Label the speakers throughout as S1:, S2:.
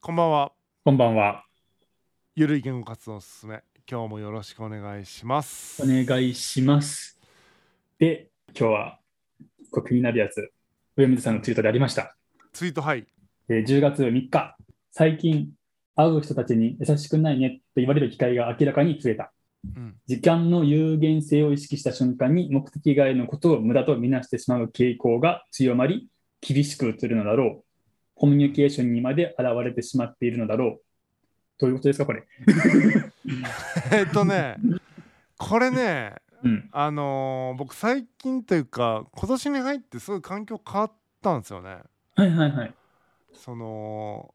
S1: こんばんは。
S2: こんばんは。
S1: ゆるい言語活動おすすめ。今日もよろしくお願いします。
S2: お願いします。で、今日は、こう気になるやつ、上水さんのツイートでありました。
S1: ツイートはい。
S2: えー10月3日、最近、会う人たちに優しくないねと言われる機会が明らかに増えた。
S1: うん。
S2: 時間の有限性を意識した瞬間に目的外のことを無駄とみなしてしまう傾向が強まり、厳しく映るのだろう。コミュニケーションにまで現れてしまっているのだろう。どういうことですか、これ。
S1: えっとね、これね、
S2: うん。
S1: あのー僕最近というか、今年に入ってすごい環境変わったんですよね。
S2: はいはいはい。
S1: その、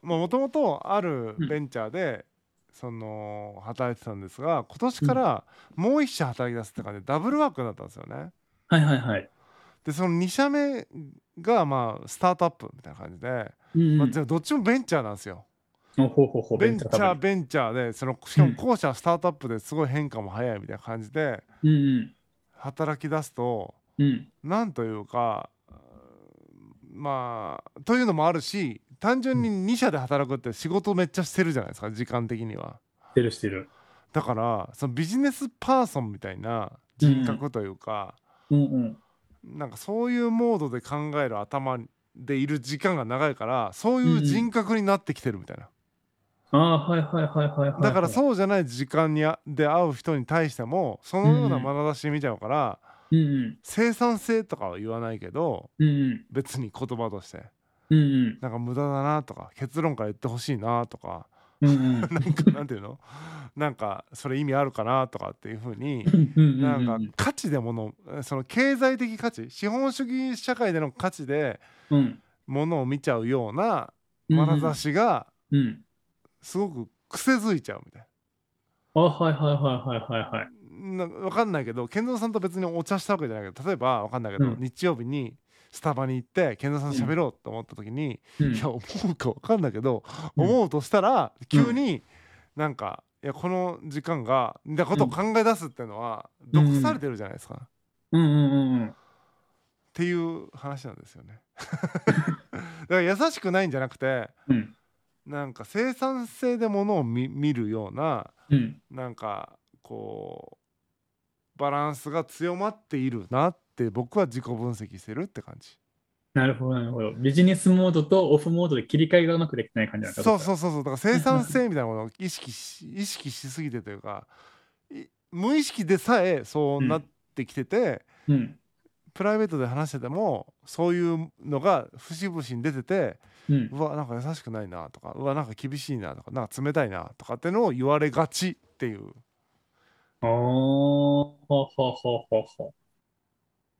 S1: もともとあるベンチャーで、その働いてたんですが今年からもう一社働き出すって感じでダブルワークになったんですよね。
S2: はいはいはい。
S1: でその2社目がまあスタートアップみたいな感じで、
S2: うん
S1: ま
S2: う
S1: あ、
S2: ん
S1: じゃあどっちもベンチャーなんですよ。
S2: おほうほうほう
S1: ベンチャ
S2: か
S1: ー
S2: ぶ
S1: ベンチャーでそのしか
S2: う
S1: も
S2: ん
S1: 後者はスタートアップですごい変化も早いみたいな感じで
S2: りうん
S1: 働き出すと
S2: うんうん
S1: なんというかうんまあというのもあるし単純に2社で働くって仕事めっちゃしてるじゃないですか時間的には。
S2: してるしてる
S1: だからそのビジネスパーソンみたいな人格というか、
S2: うんうん
S1: なんかそういうモードで考える頭でいる時間が長いからそういう人格になってきてるみたいな、
S2: ああはいはいはいはいはい
S1: だからそうじゃない時間にあで会う人に対してもそのような眼差しで見ちゃうから、
S2: ううん
S1: 生産性とかは言わないけど
S2: うんうん
S1: 別に言葉として
S2: うんうん
S1: なんか無駄だなとか結論から言ってほしいなとか
S2: うんうん
S1: なんかなんていうのなんかそれ意味あるかなとかっていうふうに
S2: うん
S1: なん
S2: う
S1: か
S2: ん
S1: 価値でものその経済的価値資本主義社会での価値で
S2: うん
S1: ものを見ちゃうような
S2: うん
S1: 眼差しが
S2: うん
S1: すごく癖づいちゃうみたい
S2: あはいはいはいはいはいはい
S1: なな分かんないけど健三さんと別にお茶したわけじゃないけど例えば分かんないけど、
S2: うん
S1: 日曜日にスタバに行って健三さんと喋ろうと思った時に、
S2: うん
S1: いや思うか分かんないけど、
S2: うん
S1: 思うとしたら急になんか。いやこの時間がみたいなことを考え出すっていうのは
S2: うん
S1: 毒されてるじゃないですか、っ
S2: うんうんうんうん
S1: ていう話なんですよ ね。だから優しくないんじゃなくて
S2: うん
S1: なんか生産性でものを見見るような
S2: うん
S1: なんかこうバランスが強まっているなって僕は自己分析してるって感じ
S2: なるほどなるほどビジネスモードとオフモードで切り替えがうまくできてない感じなのか
S1: そう
S2: う
S1: そうそうそうだから生産性みたいなものを意識し意識しすぎてというかい無意識でさえそうなってきてて、
S2: うん
S1: プライベートで話しててもそういうのが節々に出てて
S2: うん
S1: うわなんか優しくないなとかうわなんか厳しいなとかなんか冷たいなとかってのを言われがちっていう
S2: ああははははは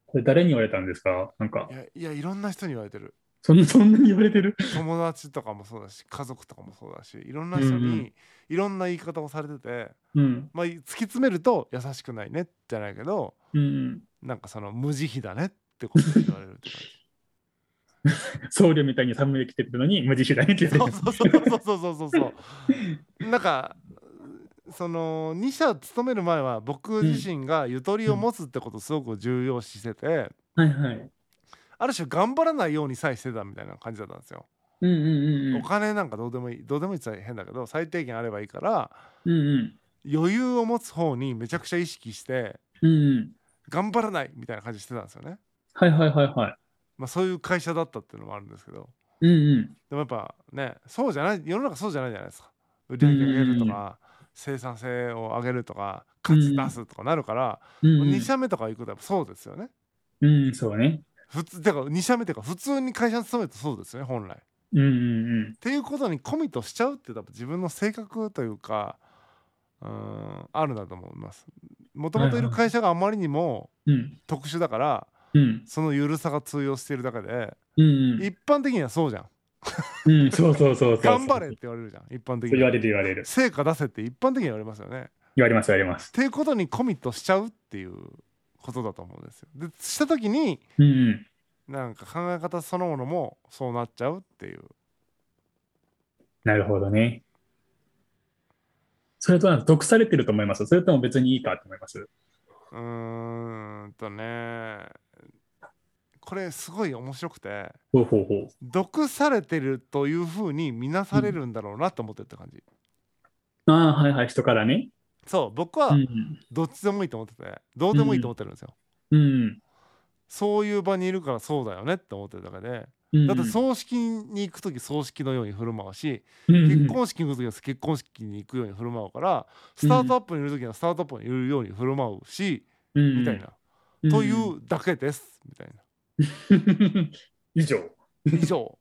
S2: これ誰に言われたんですかなんか
S1: いやいやいろんな人に言われてる
S2: そんなそんなに言われてる
S1: 友達とかもそうだし家族とかもそうだしいろんな人
S2: うんう
S1: に
S2: ん
S1: いろんな言い方をされてて、
S2: うん
S1: まあ、突き詰めると優しくないねじゃないけど
S2: うんうん
S1: なんかその無慈悲だねってことを言われるって感じ
S2: 僧侶みたいに寒い着てるのに無慈悲だねって言 わ
S1: そう
S2: れてる
S1: そうそうそうそうそうそう なんかその2社勤める前は僕自身がゆとりを持つってことをすごく重要視してて
S2: はいはい。
S1: ある種頑張らないようにさえしてたみたいな感じだったんですよ。
S2: うんうんうんう
S1: お
S2: ん。
S1: 金なんかどうでもいいどうでもいいって言ったら変だけど最低限あればいいから
S2: うんうん。
S1: 余裕を持つ方にめちゃくちゃ意識して
S2: うんうん。
S1: 頑張らないみたいな感じしてたんですよね。
S2: はいはいはいはい。
S1: まあ、そういう会社だったっていうのもあるんですけど
S2: うんうん。
S1: でもやっぱねそうじゃない世の中そうじゃないじゃないですか。売り上げ上げるとか生産性を上げるとか価値出すとかなるから、
S2: うんうん
S1: 2社目とか行くとやっぱそうですよね。
S2: うん、そうね。
S1: 普通だから2社目というか普通に会社に勤めるとそうですよね本来。っ
S2: うんうんうん。
S1: ていうことにコミットしちゃうって多分自分の性格というかうーんあるなと思います。もともといる会社があまりにも
S2: うん
S1: 特殊だから、
S2: うん。
S1: その緩さが通用してるだけで、
S2: うん
S1: 一般的にはそうじゃん
S2: うん。うん、そうそうそうそう。
S1: 頑張れって言われるじゃん一般的
S2: 言わ
S1: に
S2: れる言われる。
S1: 成果出せって一般的には言われますよね
S2: 言われます言われます
S1: っ。ていうことにコミットしちゃうっていうことだと思うんですよでした時に
S2: うんうん。
S1: なんか考え方そのものもそうなっちゃうっていう
S2: なるほどね。それとは毒されてると思います。それとも別にいいかと思います。
S1: うーんとねこれすごい面白くて
S2: ほうほうほう。
S1: 毒されてるというふうに見なされるんだろうなと思ってるって感じ、
S2: ああ、はいはい、人からね。
S1: そう僕
S2: う
S1: は
S2: ん。
S1: どっちでもいいと思っててどうでもいいと思ってるんですよ、
S2: うん。
S1: そういう場にいるからそうだよねって思ってるだけで
S2: うん、
S1: だって葬式に行く時葬式のように振る舞うし、
S2: うん、うん
S1: 結婚式に行く時は結婚式に行くように振る舞うからスタートアップにいる時はスタートアップにいるように振る舞うし、みたいな、
S2: うん。
S1: というだけですみたいな
S2: うん。以上。
S1: 以上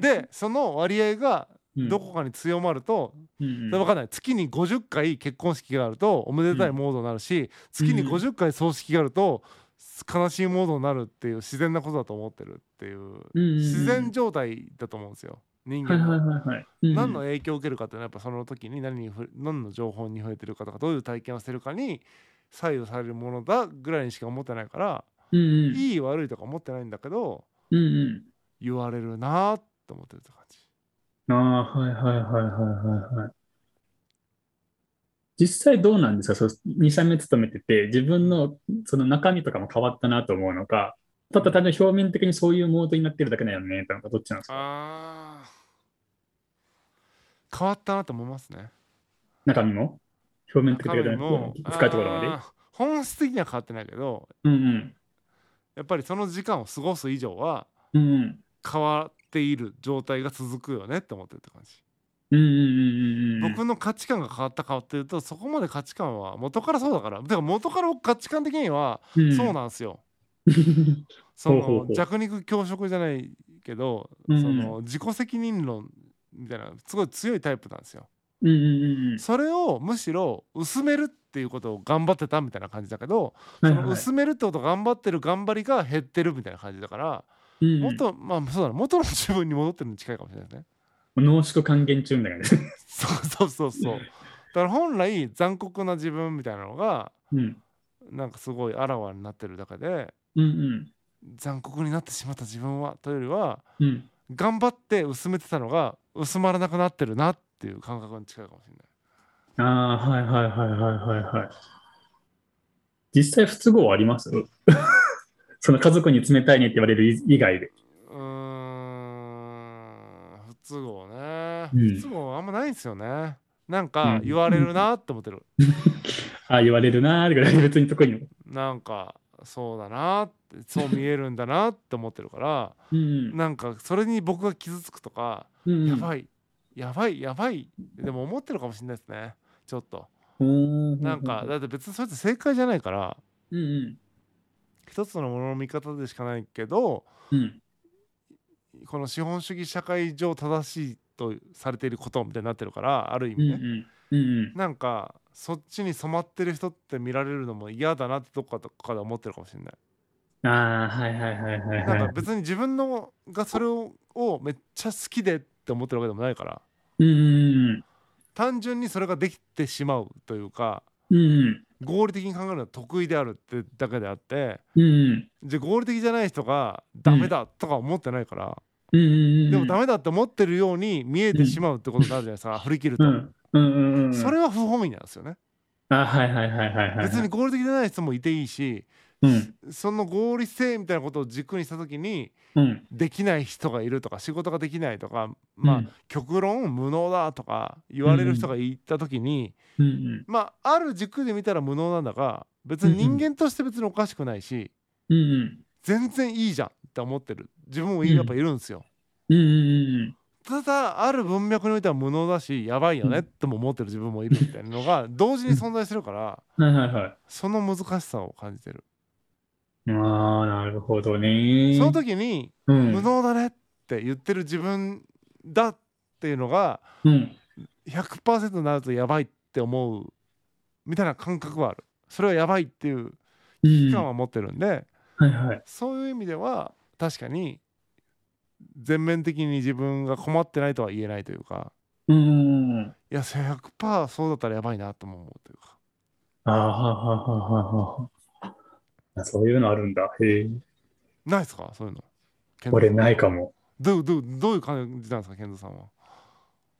S1: でその割合がどこかに強まると、
S2: うん、
S1: 分かんない月に50回結婚式があるとおめでたいモードになるし、月に
S2: うん
S1: 50回葬式があると悲しいモードになるっていう自然なことだと思ってるっていう
S2: うんうんうん
S1: 自然状態だと思うんですよ人
S2: はい
S1: 間
S2: はい
S1: が。
S2: はいはい。うん
S1: 何の影響を受けるかっていうのはやっぱその時に何にふ何の情報に触れてるかとかどういう体験をしてるかに左右されるものだぐらいにしか思ってないから、
S2: うんうん
S1: いい悪いとか思ってないんだけど
S2: うんうん
S1: 言われるなーって思ってるって感じ。
S2: ああ、はいはいはいはいはいはい。実際どうなんですかそう、2社目勤めてて、自分のその中身とかも変わったなと思うのか、ただ単に表面的にそういうモードになってるだけだよね、みたいなのかどっちなんですか
S1: あー変わったなと思いますね。
S2: 中身も表面的だけじゃな
S1: 中身も
S2: くて、深いところまで。
S1: あー本質的には変わってないけど
S2: うんうん。
S1: やっぱりその時間を過ごす以上は
S2: うんうん。
S1: 変わっている状態が続くよねって思ってるって感じ。
S2: うんうんうんうんうん。
S1: 僕の価値観が変わったかっていうとそこまで価値観は元からそうだからだから元から僕価値観的には
S2: うん
S1: そうなんですよ。そ
S2: ほうほう
S1: の
S2: ほう
S1: 弱肉強食じゃないけど、
S2: うん
S1: その自己責任論みたいなすごい強いタイプなんですよ。
S2: うんうんうんうん。
S1: それをむしろ薄めるっていうことを頑張ってたみたいな感じだけど、
S2: は
S1: そ
S2: いはい
S1: の
S2: はい。
S1: 薄めるってことを頑張ってる頑張りが減ってるみたいな感じだから、
S2: うんうん
S1: 元まあそうだな元の自分に戻ってるに近いかもしれないですね。
S2: 濃縮還元中みたいな感じ。
S1: そうそうそうそう。だから本来残酷な自分みたいなのが
S2: うん。
S1: なんかすごいあらわになってるだけで
S2: うんうん。
S1: 残酷になってしまった自分はというよりは
S2: うん。
S1: 頑張って薄めてたのが薄まらなくなってるなっていう感覚に近いかもしれない。
S2: ああ、はいはいはいはいはいはい。実際不都合はあります その家族に冷たいねって言われる以以外で。
S1: うーん不都合ね、
S2: うん
S1: 不都合はあんまないんですよねなん
S2: う
S1: か
S2: ん
S1: 言われるなって思ってる、
S2: ああ、言われるなーぐらい別に特に。
S1: なんかそうだなってそう見えるんだなって思ってるから
S2: うん。
S1: なんかそれに僕が傷つくとか、
S2: うん
S1: やばいやばいやばいでも思ってるかもしれないですねちょっと
S2: うん。
S1: なんかだって別にそれって正解じゃないから
S2: うんうん。
S1: 一つのものの見方でしかないけど
S2: うん。
S1: この資本主義社会上正しいとされていることみたいになってるからある意
S2: う
S1: 味
S2: ん
S1: ね、
S2: うん。うん
S1: なんかそっちに染まってる人って見られるのも嫌だなってどっかとかで思ってるかもしれない。
S2: うん。ああ、はいはいはいはい
S1: なん
S2: は
S1: か
S2: い。
S1: 別に自分のがそれををめっちゃ好きでって思ってるわけでもないから
S2: うんうん
S1: 単純にそれができてしまうというか
S2: うん。うん
S1: 合理的に考えるのは得意であるってだけであって
S2: うん。うん
S1: じゃあ合理的じゃない人がダメだとか思ってないから、
S2: うん。うんうん。
S1: でもダメだって思ってるように見えてしまうってことになるじゃないですか、振り切る
S2: う
S1: と、
S2: ん。うんうんうん。
S1: それは不本意なんですよね、
S2: ああ、はいはいはいはいはい。
S1: 別に。合理的じゃない人もいていいし
S2: うん。
S1: その合理性みたいなことを軸にした時に
S2: うん。
S1: できない人がいるとか仕事ができないとかまあ、
S2: うん
S1: 極論無能だとか言われる人がいた時に、
S2: うんうん。
S1: まあある軸で見たら無能なんだが別に人間として別におかしくないし、
S2: うんうん。
S1: 全然いいじゃんって思ってる自分もい
S2: うん
S1: やっぱいるんですよ。
S2: うんうんうん。
S1: ただある文脈においては無能だしやばいよねっても思ってる自分もいるみたいなの が同時に存在してるから
S2: はいはいはい。
S1: その難しさを感じてる。
S2: ああ、なるほどね。
S1: その時に
S2: うん、
S1: 無能だねって言ってる自分だっていうのが
S2: うん。
S1: 100%になるとやばいって思うみたいな感覚はあるそれはやばいっていう
S2: うん。
S1: 期間は持ってるんで、
S2: はいはい。
S1: そういう意味では確かに全面的に自分が困ってないとは言えないというか
S2: うん。あ
S1: いや100%そうだったらやばいなとも思うというか
S2: あ、はははははあ。そういうのあるんだ。へえ。
S1: ないですかそういうの
S2: 俺ないか
S1: も
S2: も。
S1: どうどうどういう感じなんですか健三さんは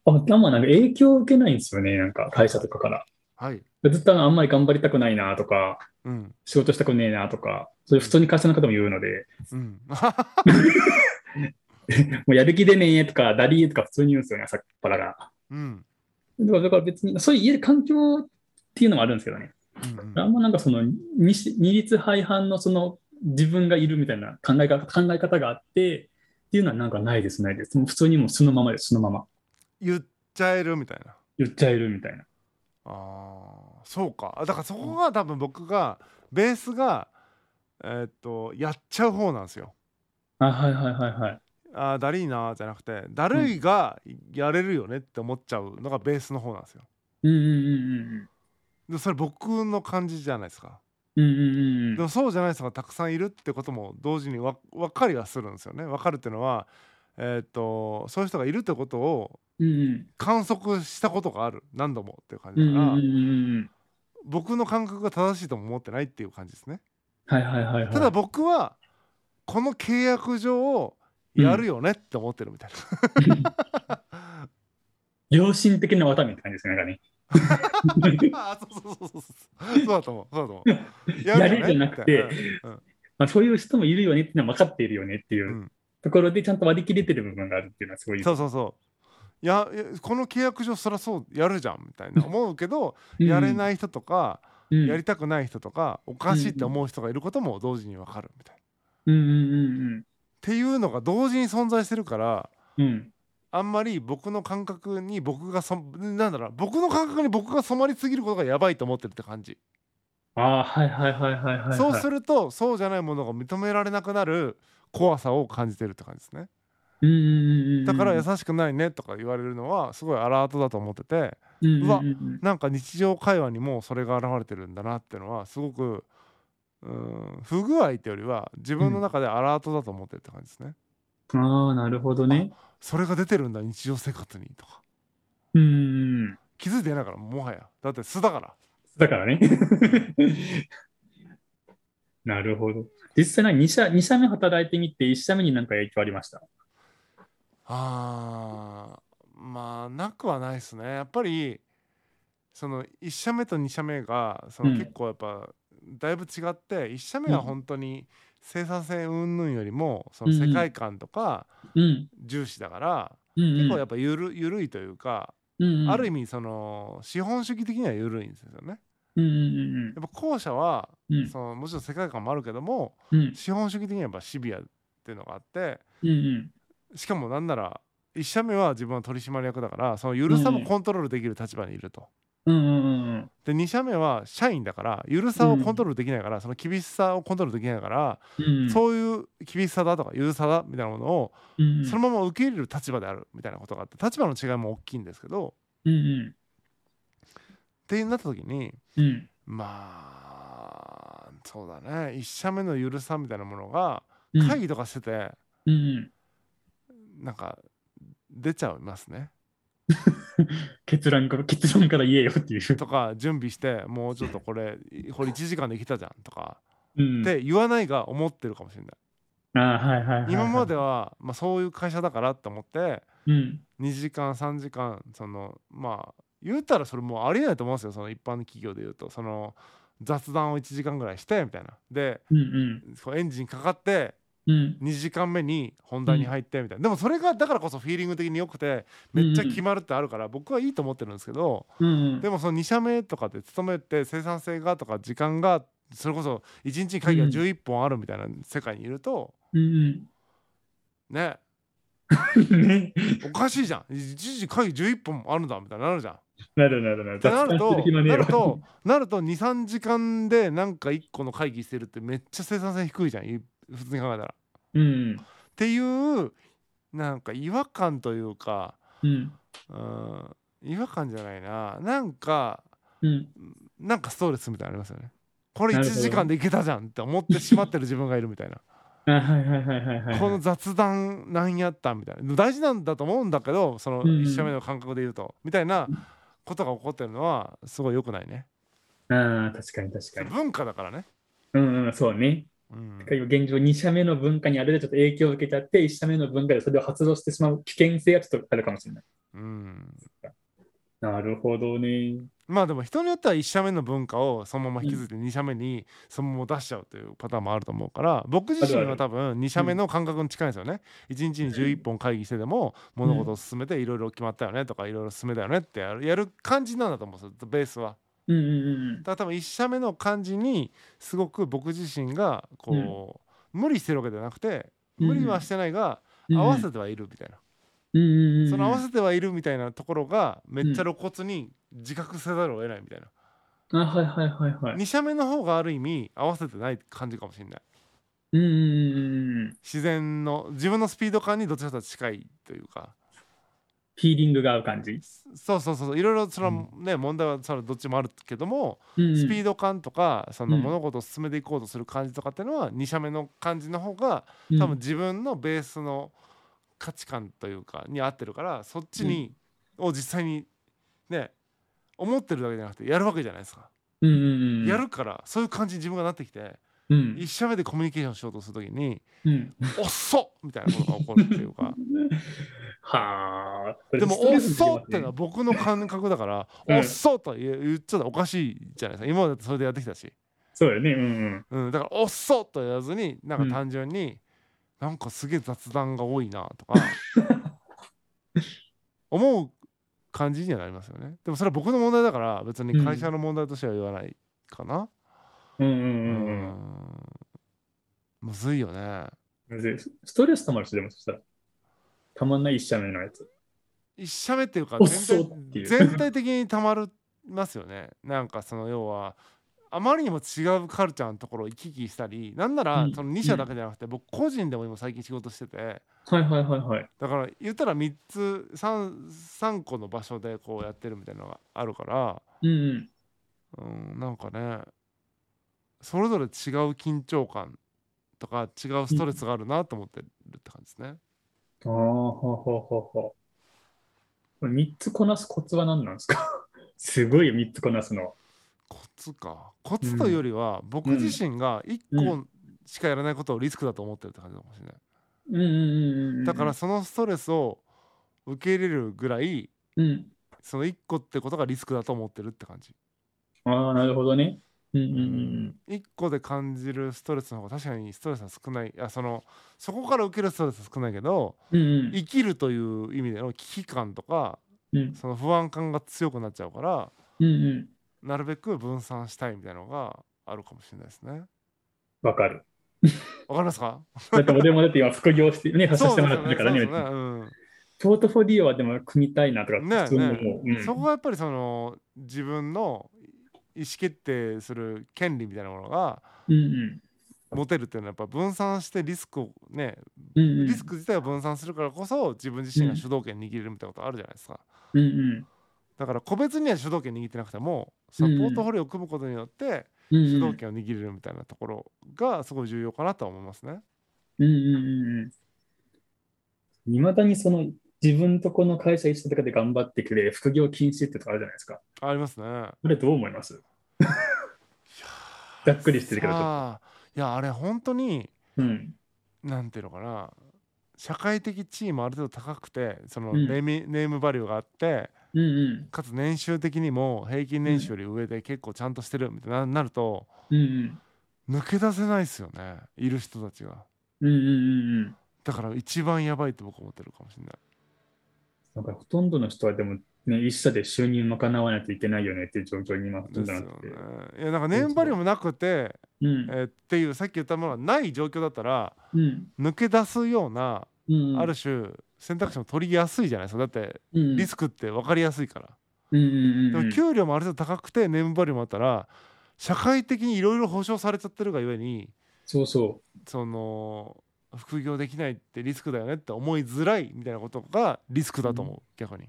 S2: あ、でもなんか影響を受けないんですよね。なんか会社とかか
S1: はい
S2: ら。ずっとあんまり頑張りたくないなとか、
S1: うん
S2: 仕事したくねえなとか、それ普通に会社の方も言うので、
S1: うん。
S2: もうやる気でねえとか、ダリーとか普通に言うんですよね、朝っぱらが。
S1: うん。
S2: だからだから別に、そういう家で環境っていうのもあるんですけどね。
S1: うん
S2: あんまなんかその二し二律背反のその自分がいるみたいな考えが考え方があってっていうのはなんかないですないです。もう普通にもうそのままですそのまま
S1: 言っちゃえるみたいな。
S2: 言っちゃえるみたいな。
S1: ああ、そうか。だからそこが多分僕がベースがえーっとやっちゃう方なんですよ。
S2: あはいはいはいはい。
S1: あーだるいなーじゃなくてだるいがやれるよねって思っちゃうのがベースの方なんですよ。
S2: うんうん
S1: でそれ僕の感じじゃないですか。
S2: うんうんうんうんうん
S1: でもそうじゃない人がたくさんいるってことも同時にわ分かりはするんですよね。分かるっていうのは、えーっとそういう人がいるってことを
S2: うん
S1: 観測したことがある何度もっていう感
S2: うんう
S1: じだ
S2: ん
S1: から、
S2: うんうんうん
S1: 僕の感覚が正しいとも思ってないっていう感じですね。
S2: はいはいはいはい。
S1: ただ僕はこの契約上やるよねって思ってるみたいな。
S2: 良心的な綿みたいな感じですねなんかね。
S1: あそうそうそうそうそうそうだと思うそうだと思う。や
S2: やるじゃなくてまあそういう人もいるよねっていうのは分かっているよねっていううんところでちゃんと割り切れてる部分があるっていうのはすごい。
S1: そうそうそう。いやいやこの契約上そりゃそうやるじゃんみたいな思うけど、やれ
S2: い。
S1: ない人とか、
S2: うん
S1: やりたくない人とかおかしいって思う人がいることも同時に分かるみたいな。っ
S2: うんうんうん
S1: ていうのが同時に存在してるから
S2: うん。うん
S1: あんまり僕の感覚に僕がそなんだろう僕の感覚に僕が染まりすぎることがやばいと思ってるって感じ、
S2: ああ、はいはいはいはいはいはい。
S1: そうするとそうじゃないものが認められなくなる怖さを感じてるって感じですね
S2: うんうんうんうん。
S1: だから優しくないねとか言われるのはすごいアラートだと思ってて
S2: うんうんうん
S1: うわなんか日常会話にもそれが現れてるんだなっていうのはすごくうん不具合ってよりは自分の中でアラートだと思ってるって感じですね、
S2: ああ、なるほどね。
S1: それが出てるんだ日常生活にとか
S2: うんうんうん。
S1: 気づいてないからもはやだって素だから
S2: だからね。 なるほど。実際なんか2社、二社目働いてみて、1社目になんか影響ありました。
S1: あーまあなくはないですねやっぱりその1社目と2社目がその
S2: うん
S1: 結構やっぱだいぶ違って1社目は
S2: うん
S1: 本当に生産性云々よりもその
S2: うんうん
S1: 世界観とか
S2: うん。
S1: 重視だから
S2: うんうん、
S1: 結構やっぱゆるゆるいというか
S2: うんうん、
S1: ある意味その資本主義的にはゆるいんですよね。
S2: うんうんうん
S1: やっぱ後者は
S2: うん。うん
S1: そのもちろん世界観もあるけども
S2: うん
S1: 資本主義的にはやっぱシビアっていうのがあって
S2: うんうん
S1: しかもなんなら1社目は自分は取締役だからそのゆるさもコントロールできる立場にいると。
S2: うんうんうん
S1: で2社目は社員だからゆるさをコントロールできないから、その厳しさをコントロールできないから、
S2: うん
S1: そういう厳しさだとかゆるさだみたいなものを
S2: うんうん
S1: そのまま受け入れる立場であるみたいなことがあって立場の違いも大きいんですけど
S2: うんうん
S1: ってなった時に
S2: うん
S1: まあそうだね1社目のゆるさみたいなものが
S2: うん
S1: 会議とかしてて、
S2: うんうん
S1: なんか出ちゃいますね。
S2: 結論から結論から言えよっていう。
S1: とか準備してもうちょっとこ れこれ1時間できたじゃんとか
S2: うん、
S1: って言わないが思ってるかもしれない
S2: ああ、はいはいはい、はい。
S1: 今までは、まあ、そういう会社だからって思って
S2: うん
S1: 2時間3時間そのまあ言うたらそれもうありえないと思うんですよその一般の企業で言うとその雑談を1時間ぐらいしてみたいなで
S2: うんうん
S1: こうエンジンかかって
S2: うん
S1: 2時間目に本題に入ってみたいな、でもそれがだからこそフィーリング的に良くてめっちゃ決まるってあるから僕はいいと思ってるんですけど、
S2: うん
S1: でもその2社目とかで勤めて生産性がとか時間がそれこそ1日に会議が
S2: うん
S1: 11本あるみたいな世界にいると、
S2: うん
S1: ね
S2: うん。 ね。
S1: おかしいじゃん1時会議11本もあるんだみたいになるじゃん。っ
S2: なるなるなる。
S1: てなるとなると
S2: わ。
S1: なると23時間でなんか1個の会議してるってめっちゃ生産性低いじゃんい普通に考えたら。っ
S2: うん。
S1: ていうなんか違和感というか
S2: うん。
S1: うん違和感じゃないななんか
S2: うん。
S1: なんかストレスみたいなのありますよね。これ1
S2: なるほど
S1: 時間でいけたじゃんって思ってしまってる自分がいるみたいな。
S2: あはいはいはいはいはい。
S1: この雑談なんやったみたいな大事なんだと思うんだけどその
S2: うんうん
S1: 1社目の感覚で言うとみたいなことが起こってるのはすごい良くないね
S2: ああ、確かに確かに。
S1: 文化だからね、
S2: うんうん、そうね。
S1: うん
S2: だから今現状2社目の文化にあれでちょっと影響を受けちゃって、1社目の文化でそれを発動してしまう危険性がちょっとあるかもしれない。
S1: うん
S2: なるほどね。
S1: まあでも人によっては1社目の文化をそのまま引き継いで2社目にそのまま出しちゃうというパターンもあると思うから僕自身は多分2社目の感覚に近いんですよね。1日に11本会議してでも物事を進めていろいろ決まったよねとかいろいろ進めたよねってやるやる感じなんだと思うんですよベースは。
S2: うんうん
S1: だから多分1社目の感じにすごく僕自身がこう無理してるわけではなくて
S2: うん
S1: 無理はしてないが
S2: うん。
S1: 合わせてはいるみたいな。
S2: うんうんうんうん。
S1: その合わせてはいるみたいなところがめっちゃ露骨に自覚せざるを得ないみたいな。
S2: あ、はいはいはいはい。
S1: 2社目の方がある意味合わせてない感じかもしれない
S2: うんうんうんうん。
S1: 自然の自分のスピード感にどっちかというと近いというか
S2: フィーリングが合う感じ。
S1: そうそうそうそういろいろそれはね、問題はそれはどっちもあるけども、
S2: うんうん
S1: スピード感とかその
S2: うん
S1: 物事を進めていこうとする感じとかっていうのは2社目の感じの方が多分自分のベースの価値観というかに合ってるからそっちに、を実際にね思ってるだけじゃなくてやるわけじゃないですか、
S2: うんうんうん。
S1: やるからそういう感じに自分がなってきて、
S2: うん
S1: 一1社目でコミュニケーションしようとするときに
S2: うん。
S1: 遅っみたいなことが起こるっていう か
S2: はあ。これ
S1: でも
S2: ストレス
S1: 遅っ
S2: 出
S1: てのは僕の感覚だから
S2: うん
S1: 遅っと言え言っちゃったらおかしいじゃないですか今までだってそれでやってきたし、
S2: そうだよね。うん
S1: うん、だから遅っと言わずになんか単純に、なんかすげえ雑談が多いなとか 思う感じにはなりますよねでもそれは僕の問題だから別に会社の問題としては言わないかな、
S2: うん。う
S1: う
S2: んうんうんうん。
S1: むずいよね
S2: むずいストレスたまるし、でもそしたら。たまんない一社目のやつ。
S1: 一社目っていうか
S2: 遅っ
S1: 全
S2: ってい
S1: 体
S2: う
S1: 全体的にたまりますよねなんかその要はあまりにも違うカルチャーのところを行き来したりなんなら
S2: うん
S1: その2社だけじゃなくて僕個人でも今最近仕事してて
S2: はいはいはいはい。
S1: だから言ったら3つ 3, 3個の場所でこうやってるみたいなのがあるから
S2: うんうん。
S1: うんなんかねそれぞれ違う緊張感とか違うストレスがあるなと思ってるって感じですね。
S2: ああ、ほうほうほうほう。3つこなすコツは何なんですか すごいよ、3つこなすのは。
S1: コツかコツというよりは、僕自身が1個しかやらないことをリスクだと思ってるって感じかもしれない、
S2: うんうんうんうん。
S1: だから、そのストレスを受け入れるぐらい
S2: うん。
S1: その1個ってことがリスクだと思ってるって感じ
S2: ああ、なるほどね。うんうん
S1: 1個で感じるストレスの方が確かにストレスは少ないあそのそこから受けるストレスは少ないけど
S2: うんうん。うん
S1: 生きるという意味での危機感とか
S2: うん。
S1: その不安感が強くなっちゃうから
S2: うんうん。
S1: なるべく分散したいみたいなのがあるかもしれないですね
S2: わかる。
S1: わかりますか
S2: だって俺もだって今副業して、ね、発射
S1: そ
S2: し
S1: うで
S2: ても
S1: す
S2: ら
S1: よ
S2: っ
S1: ね
S2: てるか
S1: そうで。すよね
S2: らね
S1: うん
S2: ポートフォリオはでも組みたいなとか、
S1: ね
S2: 普通に思う。うん
S1: そこがやっぱりその自分の意思決定する権利みたいなものが
S2: うんうん。
S1: 持てるっていうのはやっぱ分散してリスクをね
S2: うんうん。
S1: リスク自体を分散するからこそ自分自身が主導権握れるみたいなことあるじゃないですか
S2: うんうん。
S1: だから個別には主導権握ってなくてもそ
S2: うん
S1: のポートフォリオを組むことによって
S2: うん
S1: 主
S2: うん
S1: 導権を握れるみたいなところがすごい重要かなとは思いますね。
S2: うんうんうんうん。いまだにその自分とこの会社一緒とかで頑張ってくれ、副業禁止ってとかあるじゃないですか。
S1: ありますね。
S2: これどう思いますざっくりしてるけど、ちょっ
S1: さあいやあれ本当に
S2: とうん。
S1: なんていうのかな社会的地位もある程度高くてその
S2: うん
S1: ネーミ、ネームバリューがあって
S2: うんうん。
S1: かつ年収的にも平均年収より上で結構ちゃんとしてるみたいななると
S2: うんうん。
S1: 抜け出せないですよねいる人たちが
S2: うんうんうんうん。
S1: だから一番やばいと僕思ってるかもしれない
S2: なんかほとんどの人はでも、ね、一社で収入賄わないといけないよねっていう状況に今、ほとん
S1: で
S2: ど
S1: すよ
S2: なっ
S1: ね
S2: てて。
S1: いやなんかネームバリューもなくて、
S2: うん
S1: えーっていうさっき言ったものがない状況だったら
S2: うん
S1: 抜け出すような
S2: うん
S1: ある種選択肢も取りやすいじゃないですかだって
S2: うん
S1: リスクって分かりやすいから
S2: うんうん
S1: で
S2: うん
S1: も
S2: うん
S1: 給料もある程度高くてネームバリューもあったら社会的にいろいろ保障されちゃってるがゆえに
S2: そうそ
S1: その副業できないってリスクだよねって思いづらいみたいなことがリスクだと思う逆に、
S2: う。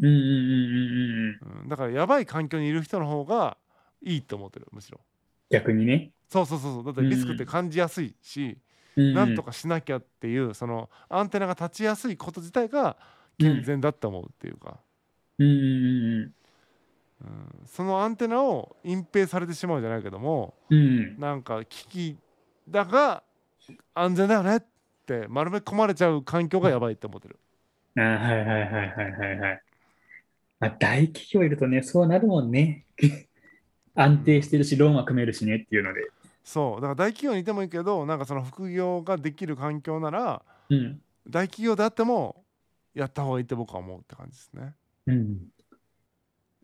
S2: うんうんうんうんうん。
S1: うん、だからやばい環境にいる人の方がいいと思ってるむしろ
S2: 逆にね。
S1: そうそうそうそうだってリスクって感じやすいし、
S2: うん
S1: なんとかしなきゃっていうそのアンテナが立ちやすいこと自体が健全だって思うっていうか、
S2: うんう
S1: う
S2: ん
S1: ん、そのアンテナを隠蔽されてしまうじゃないけども
S2: うんうん。うん
S1: なんか危機だが安全だよねって丸め込まれちゃう環境がやばいって思ってる。
S2: あーはいはいはいはいはいはい。まあ、大企業いるとね、そうなるもんね。 安定してるし、ローンは組めるしねっていうので。
S1: そうだから大企業にいてもいいけどなんかその副業ができる環境なら
S2: うん。
S1: 大企業であってもやった方がいいって僕は思うって感じですね。
S2: う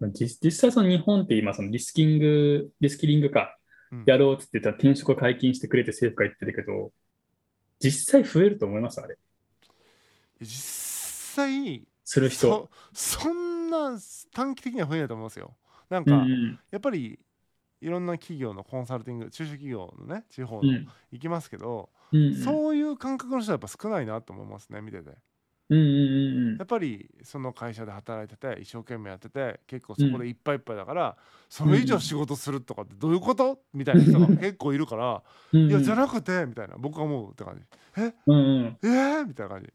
S2: ん。実実際その日本って今そのリスキング、リスキリングか
S1: うん、
S2: やろうって言ってたら転職を解禁してくれて政府が言ってるけど、実際増えると思いますあれ。
S1: 実際
S2: する人。
S1: そそんな短期的には増えないと思いますよ。なん
S2: うん
S1: か、やっぱりいろんな企業のコンサルティング中小企業のね地方
S2: うん。う
S1: の
S2: ん
S1: 行きますけど、
S2: うんうん。
S1: そういう感覚の人はやっぱ少ないなと思いますね見てて。
S2: うんうんうんうん
S1: やっぱりその会社で働いてて一生懸命やってて結構そこでいっぱいいっぱいだから、それ以上仕事するとかってどういうことみたいな人 が結構いるから
S2: うんうん。
S1: いやじゃなくてみたいな僕は思うって感じ
S2: うんうん。
S1: えー、みたいな感じ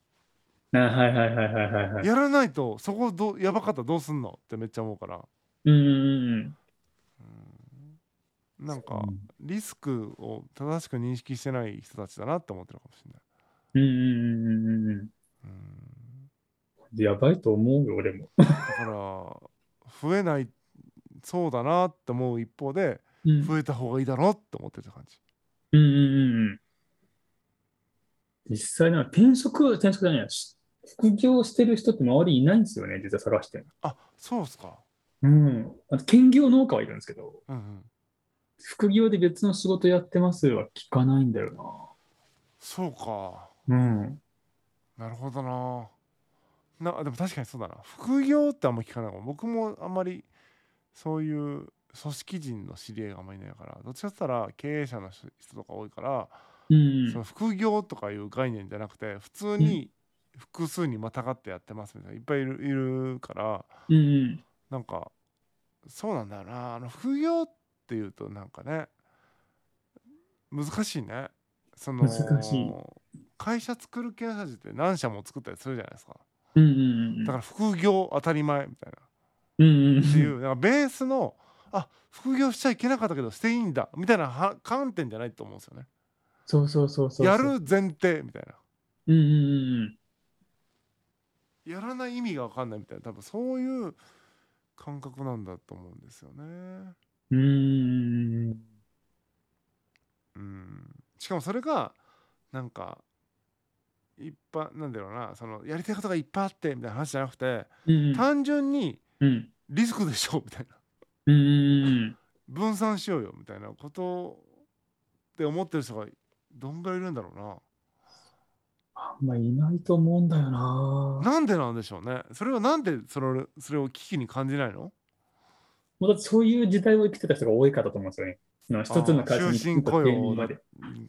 S2: あはいはいはいはいはいはい。
S1: やらないとそこどうやばかったらどうすんのってめっちゃ思うから、
S2: うんうんうん。
S1: うん、なんかリスクを正しく認識してない人たちだなって思ってるかもしれない。
S2: うんうんうんうんうんうん。
S1: うん
S2: やばいと思うよ、俺も。
S1: だから増えないそうだなって思う一方で
S2: うん
S1: 増えた方がいいだろうって思ってた感じ。
S2: うんうんうんうん。実際な、転職、転職じゃないや、し副業してる人って周りいないんですよね、実は探しても。
S1: あそうっすか。
S2: うん。あと兼業農家はいるんですけど、
S1: うんうん、
S2: 副業で別の仕事やってますは聞かないんだよ
S1: そうか。
S2: な。うん。
S1: なるほどな。なでも確かにそうだな。副業ってあんま聞かないかも。僕もあんまりそういう組織人の知り合いがあんまりいないから、どっちかって言ったら経営者の人人とか多いから、
S2: うん
S1: その副業とかいう概念じゃなくて普通に複数にまたがってやってますみたいないっぱいいるいるから
S2: うんうん。
S1: なんかそうなんだよなあの副業っていうとなんかね難しいねその
S2: 難しい
S1: 会社作る系の人たちって何社も作ったりするじゃないですか
S2: うんうんうん。
S1: だから副業当たり前みたいな
S2: うんう
S1: っ
S2: ん
S1: ていう なんかベースのあ副業しちゃいけなかったけどしていいんだみたいなは観点じゃないと思うんですよね
S2: そうそうそうそうそう。
S1: やる前提みたいな
S2: うんうんうん。
S1: やらない意味が分かんないみたいな多分そういう感覚なんだと思うんですよね。
S2: うんうんうん。
S1: うん、しかもそれがなんか一般なんだろうなそのやりたいことがいっぱいあってみたいな話じゃなくて、
S2: うん
S1: 単純に
S2: うん。
S1: リスクでしょみたいな
S2: うんうんうん。
S1: 分散しようよみたいなことって思ってる人がどんぐらいいるんだろう
S2: あんまいないと思うんだよな。
S1: な。なんでなんでしょうね。それはなんでそれそれを危機に感じないの
S2: もうだってそういう時代を生きてた人が多いかったと思うんですよね。その一つの会社に
S1: 終身雇
S2: 定員
S1: 用だ
S2: まで。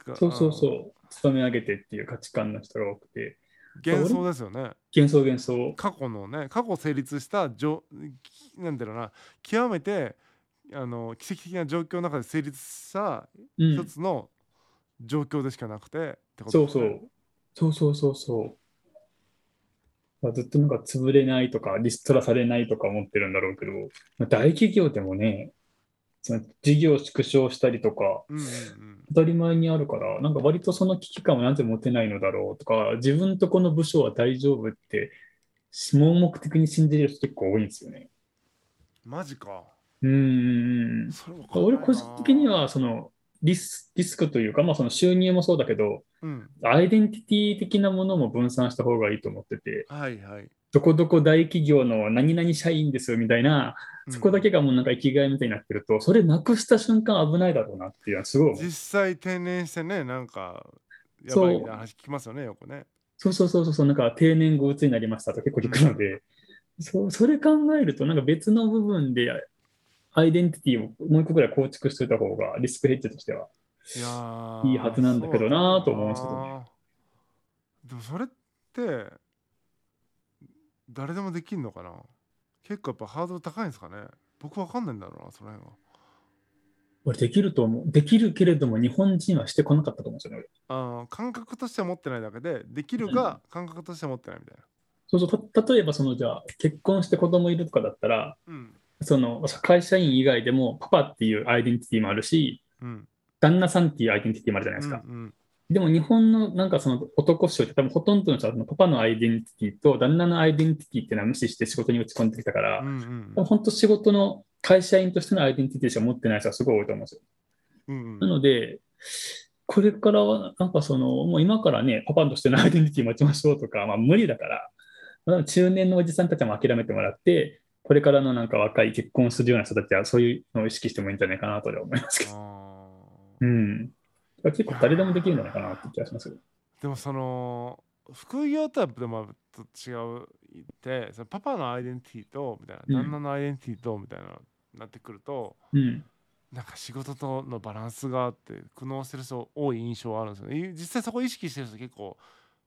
S1: が
S2: そうそうそう。勤め上げてっていう価値観の人が多くて、
S1: うん幻想ですよね。
S2: 幻想幻想。
S1: 過去のね過去成立したじょきなんだろうな極めてあの奇跡的な状況の中で成立した
S2: う
S1: 一
S2: ん。
S1: つの状況でしかなくて、ってこと
S2: そう
S1: です
S2: そ
S1: ね
S2: う。そうそうそうそう。ずっとなんか潰れないとか、リストラされないとか思ってるんだろうけど、まあ大企業でもね、その事業を縮小したりとか、
S1: うんうん
S2: 当たり前にあるから、なんか割とその危機感をなぜ持てないのだろうとか、自分とこの部署は大丈夫って、盲目的に信じる人結構多いんですよね。
S1: うんマジか
S2: うーん。
S1: それわかんないな
S2: 俺個人的には、そのリス、リスクというか、まあその収入もそうだけど、
S1: うん
S2: アイデンティティ的なものも分散した方がいいと思ってて、
S1: はいはい、
S2: どこどこ大企業の何々社員ですみたいな、
S1: うん
S2: そこだけがもうなんか生きがいみたいになってると、それなくした瞬間危ないだろうなっていうのはすごい思う。
S1: 実際定年してねなんかやばいみたいな話聞きますよねよくね
S2: そうそうそうそう、なんか定年後鬱になりましたと結構聞くので、そう、それ考えると、なんか別の部分でアイデンティティをもう一個ぐらい構築しておいた方がリスクヘッジとしては。
S1: いやー
S2: いいはずなんだけどなーと思いますけどね
S1: そうだなでもそれって誰でもできんのかな結構やっぱハードル高いんですかね僕わかんないんだろうなその辺は
S2: 俺できると思う。できるけれども日本人はしてこなかったと思うんですよね、俺。
S1: あー感覚としては持ってないだけでできるが感覚としては持ってないみたいな
S2: そうそう、た例えばそのじゃあ結婚して子供いるとかだったら、
S1: うん
S2: その会社員以外でもパパっていうアイデンティティもあるし、
S1: うん
S2: 旦那さんっていうアイデンティティもあるじゃないですか。
S1: うん
S2: でも日本のなんかその男子って多分ほとんどの人はパパのアイデンティティと旦那のアイデンティティっていうのは無視して仕事に打ち込んできたから、
S1: うん
S2: 多分本当仕事の会社員としてのアイデンティティしか持ってない人はすごい多いと思うんですよ。
S1: うんう
S2: なんので、これからはなんかその、もう今からね、パパとしてのアイデンティティ持ちましょうとか、まあ無理だから、まあ中年のおじさんたちも諦めてもらって、これからのなんか若い結婚するような人たちはそういうのを意識してもいいんじゃないかなとは思いますけど。
S1: あー
S2: うん。結構誰でもできるんじゃないかなって気がしますけど。
S1: でもその副業とはでもと違うってそのパパのアイデンティティとみたいな、
S2: うん
S1: 旦那のアイデンティティとみたいななってくると
S2: うん。
S1: なんか仕事とのバランスがあって苦悩してる人多い印象あるんですよねい実際そこ意識してる人結構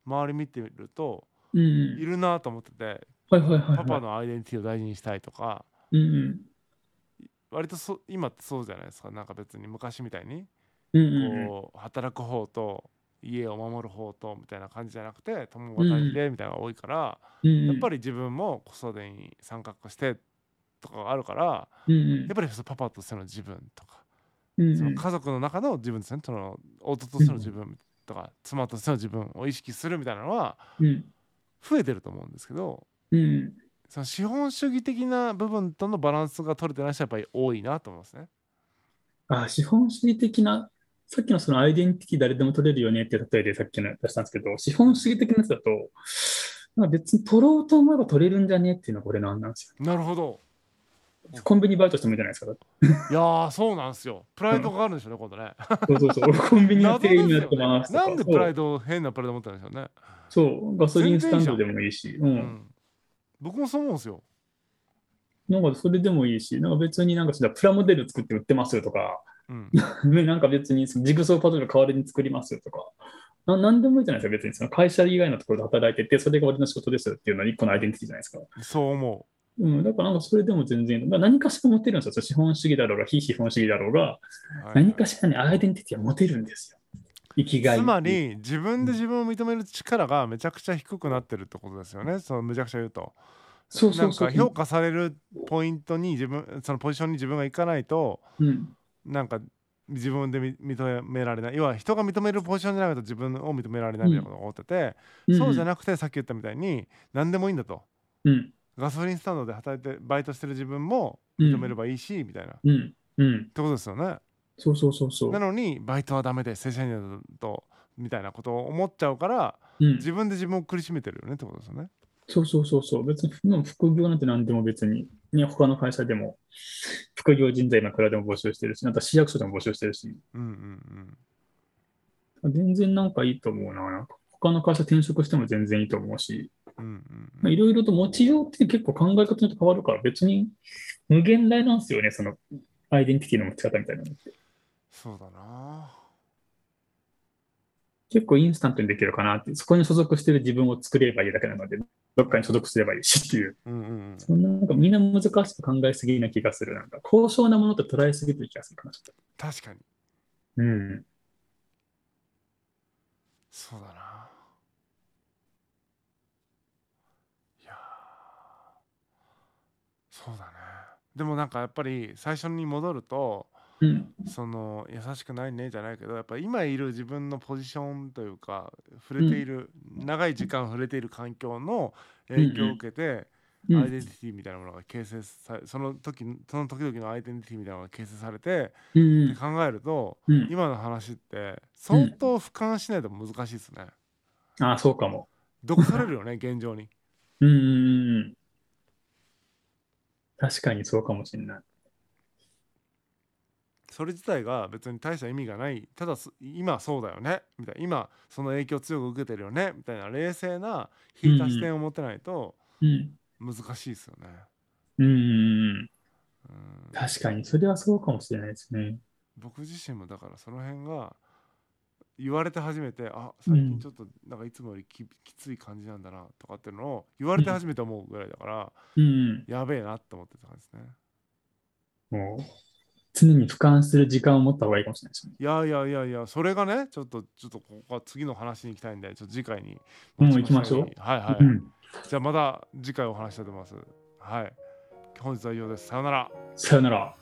S1: 周り見てみると
S2: うん
S1: いるなと思ってて
S2: うん。はいはいはい、はい。
S1: パパのアイデンティティを大事にしたいとか
S2: うんうん。
S1: 割とそ今ってそうじゃないですかなんか別に昔みたいに
S2: うんうん
S1: こう働く方と家を守る方とみたいな感じじゃなくて共働きでみたいなのが多いから
S2: うん。
S1: やっぱり
S2: り、
S1: 自分も子育てに参画してとかがあるから
S2: うんうん
S1: やっぱりそのパパとしての自分とか
S2: うん
S1: そ
S2: うん
S1: の家族の中の自分ですねその夫としての自分とか妻としての自分を意識するみたいなのは
S2: うん
S1: 増えてると思うんですけど
S2: うん
S1: その資本主義的な部分とのバランスが取れてない人はやっぱり多いなと思います ね。
S2: あ資本主義的な、さっきのそのアイデンティティ誰でも取れるよねっていう例えでさっきの出したんですけど、資本主義的なやつだと、まあ、別に取ろうと思えば取れるんじゃねっていうのはこれなんなんです
S1: なるほど。
S2: よ。コンビニバイトしてもいいじゃないですか。だって
S1: いやーそうなんですよ。プライドがあるんでしょうね今度ね。
S2: そうそうそう、俺コンビニの
S1: 謎で
S2: 店員
S1: す
S2: に
S1: よ
S2: なってます
S1: ね。
S2: とか
S1: なんでプライド変なプライド持ってるんでしょうね。
S2: そう、そうガソリンスタンドでもいいし、う。
S1: うんん。僕もそう思うんですよ。
S2: なんかそれでもいいし、なんか別になんかそれプラモデル作って売ってますよとか、
S1: うん。
S2: ねなんか別にジグソーパズル代わりに作りますよとか、ななんでもいいじゃないですか、別にその会社以外のところで働いてて、それが俺の仕事ですよっていうのは一個のアイデンティティじゃないですか。
S1: そう思
S2: うん、だからなんかそれでも全然、だから何かしら持てるんですよ。資本主義だろうが、非資本主義だろうが、
S1: う。はい
S2: 何かしらね、アイデンティティは持てるんですよ。生きがい。
S1: つま、り自分で自分を認める力がめちゃくちゃ低くなってるってことですよね。そのめちゃくちゃ言うと。
S2: そうそうそう。
S1: なんか評価されるポイントに自分そのポジションに自分が行かないと
S2: うん、
S1: なんか自分でみ認められない要は人が認めるポジションじゃないと自分を認められないみたいなことが思ってて、そうじゃ
S2: な
S1: なくてさっき言ったみたいに何でもいいんだと
S2: うん、
S1: ガソリンスタンドで働いてバイトしてる自分も
S2: うん、
S1: 認めればいいし、みたいなっ
S2: うん、うん。
S1: てことですよね。
S2: そうそうそうそう。
S1: なのにバイトはダメで正社員だとみたいなことを思っちゃうから
S2: うん、
S1: 自分で自分を苦しめてるよねってことですよね。
S2: そうそうそうそう。別に、もう副業なんて何でも別に、ね、他の会社でも、副業人材今いくらでも募集してるし、なんか市役所でも募集してるし、
S1: うんうん
S2: 全然なんかいいと思うな。なんか他の会社転職しても全然いいと思うし、
S1: うんうんうん
S2: まあいろいろと持ちようって結構考え方によって変わるから、別に無限大なんですよね、そのアイデンティティの持ち方みたいなのって。
S1: そうだな
S2: 結構インスタントにできるかなって、そこに所属してる自分を作ればいいだけなので、どっかに所属すればいいしっていう。
S1: うんうん
S2: そんななんかみんな難しく考えすぎな気がする。なんか高尚なものって捉えすぎてる気がするかな、ちょっ
S1: 確
S2: と。
S1: かに
S2: うん。
S1: そうだないやーそうだねでもなんかやっぱり最初に戻ると
S2: うん。
S1: その優しくないねじゃないけどやっぱ今いる自分のポジションというか触れている、長い時間触れている環境の影響を受けて、
S2: う
S1: アイ
S2: ん。
S1: デンティティみたいなものが形成されその時その時々のアイデンティティみたいなものが形成されて、
S2: う
S1: って
S2: ん。
S1: 考えると
S2: うん。
S1: 今の話って相当俯瞰しないと難しいですね。
S2: ああ、そうかも。
S1: 毒されるよ ね現状に。
S2: うんうんうん。確かにそうかもしれない。
S1: それ自体が別に大した意味がないただす今そうだよねみたいな今その影響を強く受けてるよねみたいな冷静な引いた視点を持ってないと
S2: うん。
S1: 難しいですよね。
S2: うんうんうん。
S1: うん
S2: 確かに、それはそうかもしれないですね。
S1: 僕自身もだからその辺が言われて初めてあ最近ちょっとなんかいつもよりききつい感じなんだなとかっていうのを言われて初めて思うぐらいだから、
S2: うん
S1: やべえなって思ってたんですね。
S2: うん。もう、常に俯瞰する時間を持った方がいいかもしれないですね。
S1: いやいやいやいや、それがね、ちょっと、ちょっとここは次の話に行きたいんで、ちょっと次回に。
S2: うん行きましょう。
S1: はいはい。
S2: うん。
S1: じゃあまた次回お話ししたいと思います。はい。本日は以上です。さよなら。
S2: さよなら。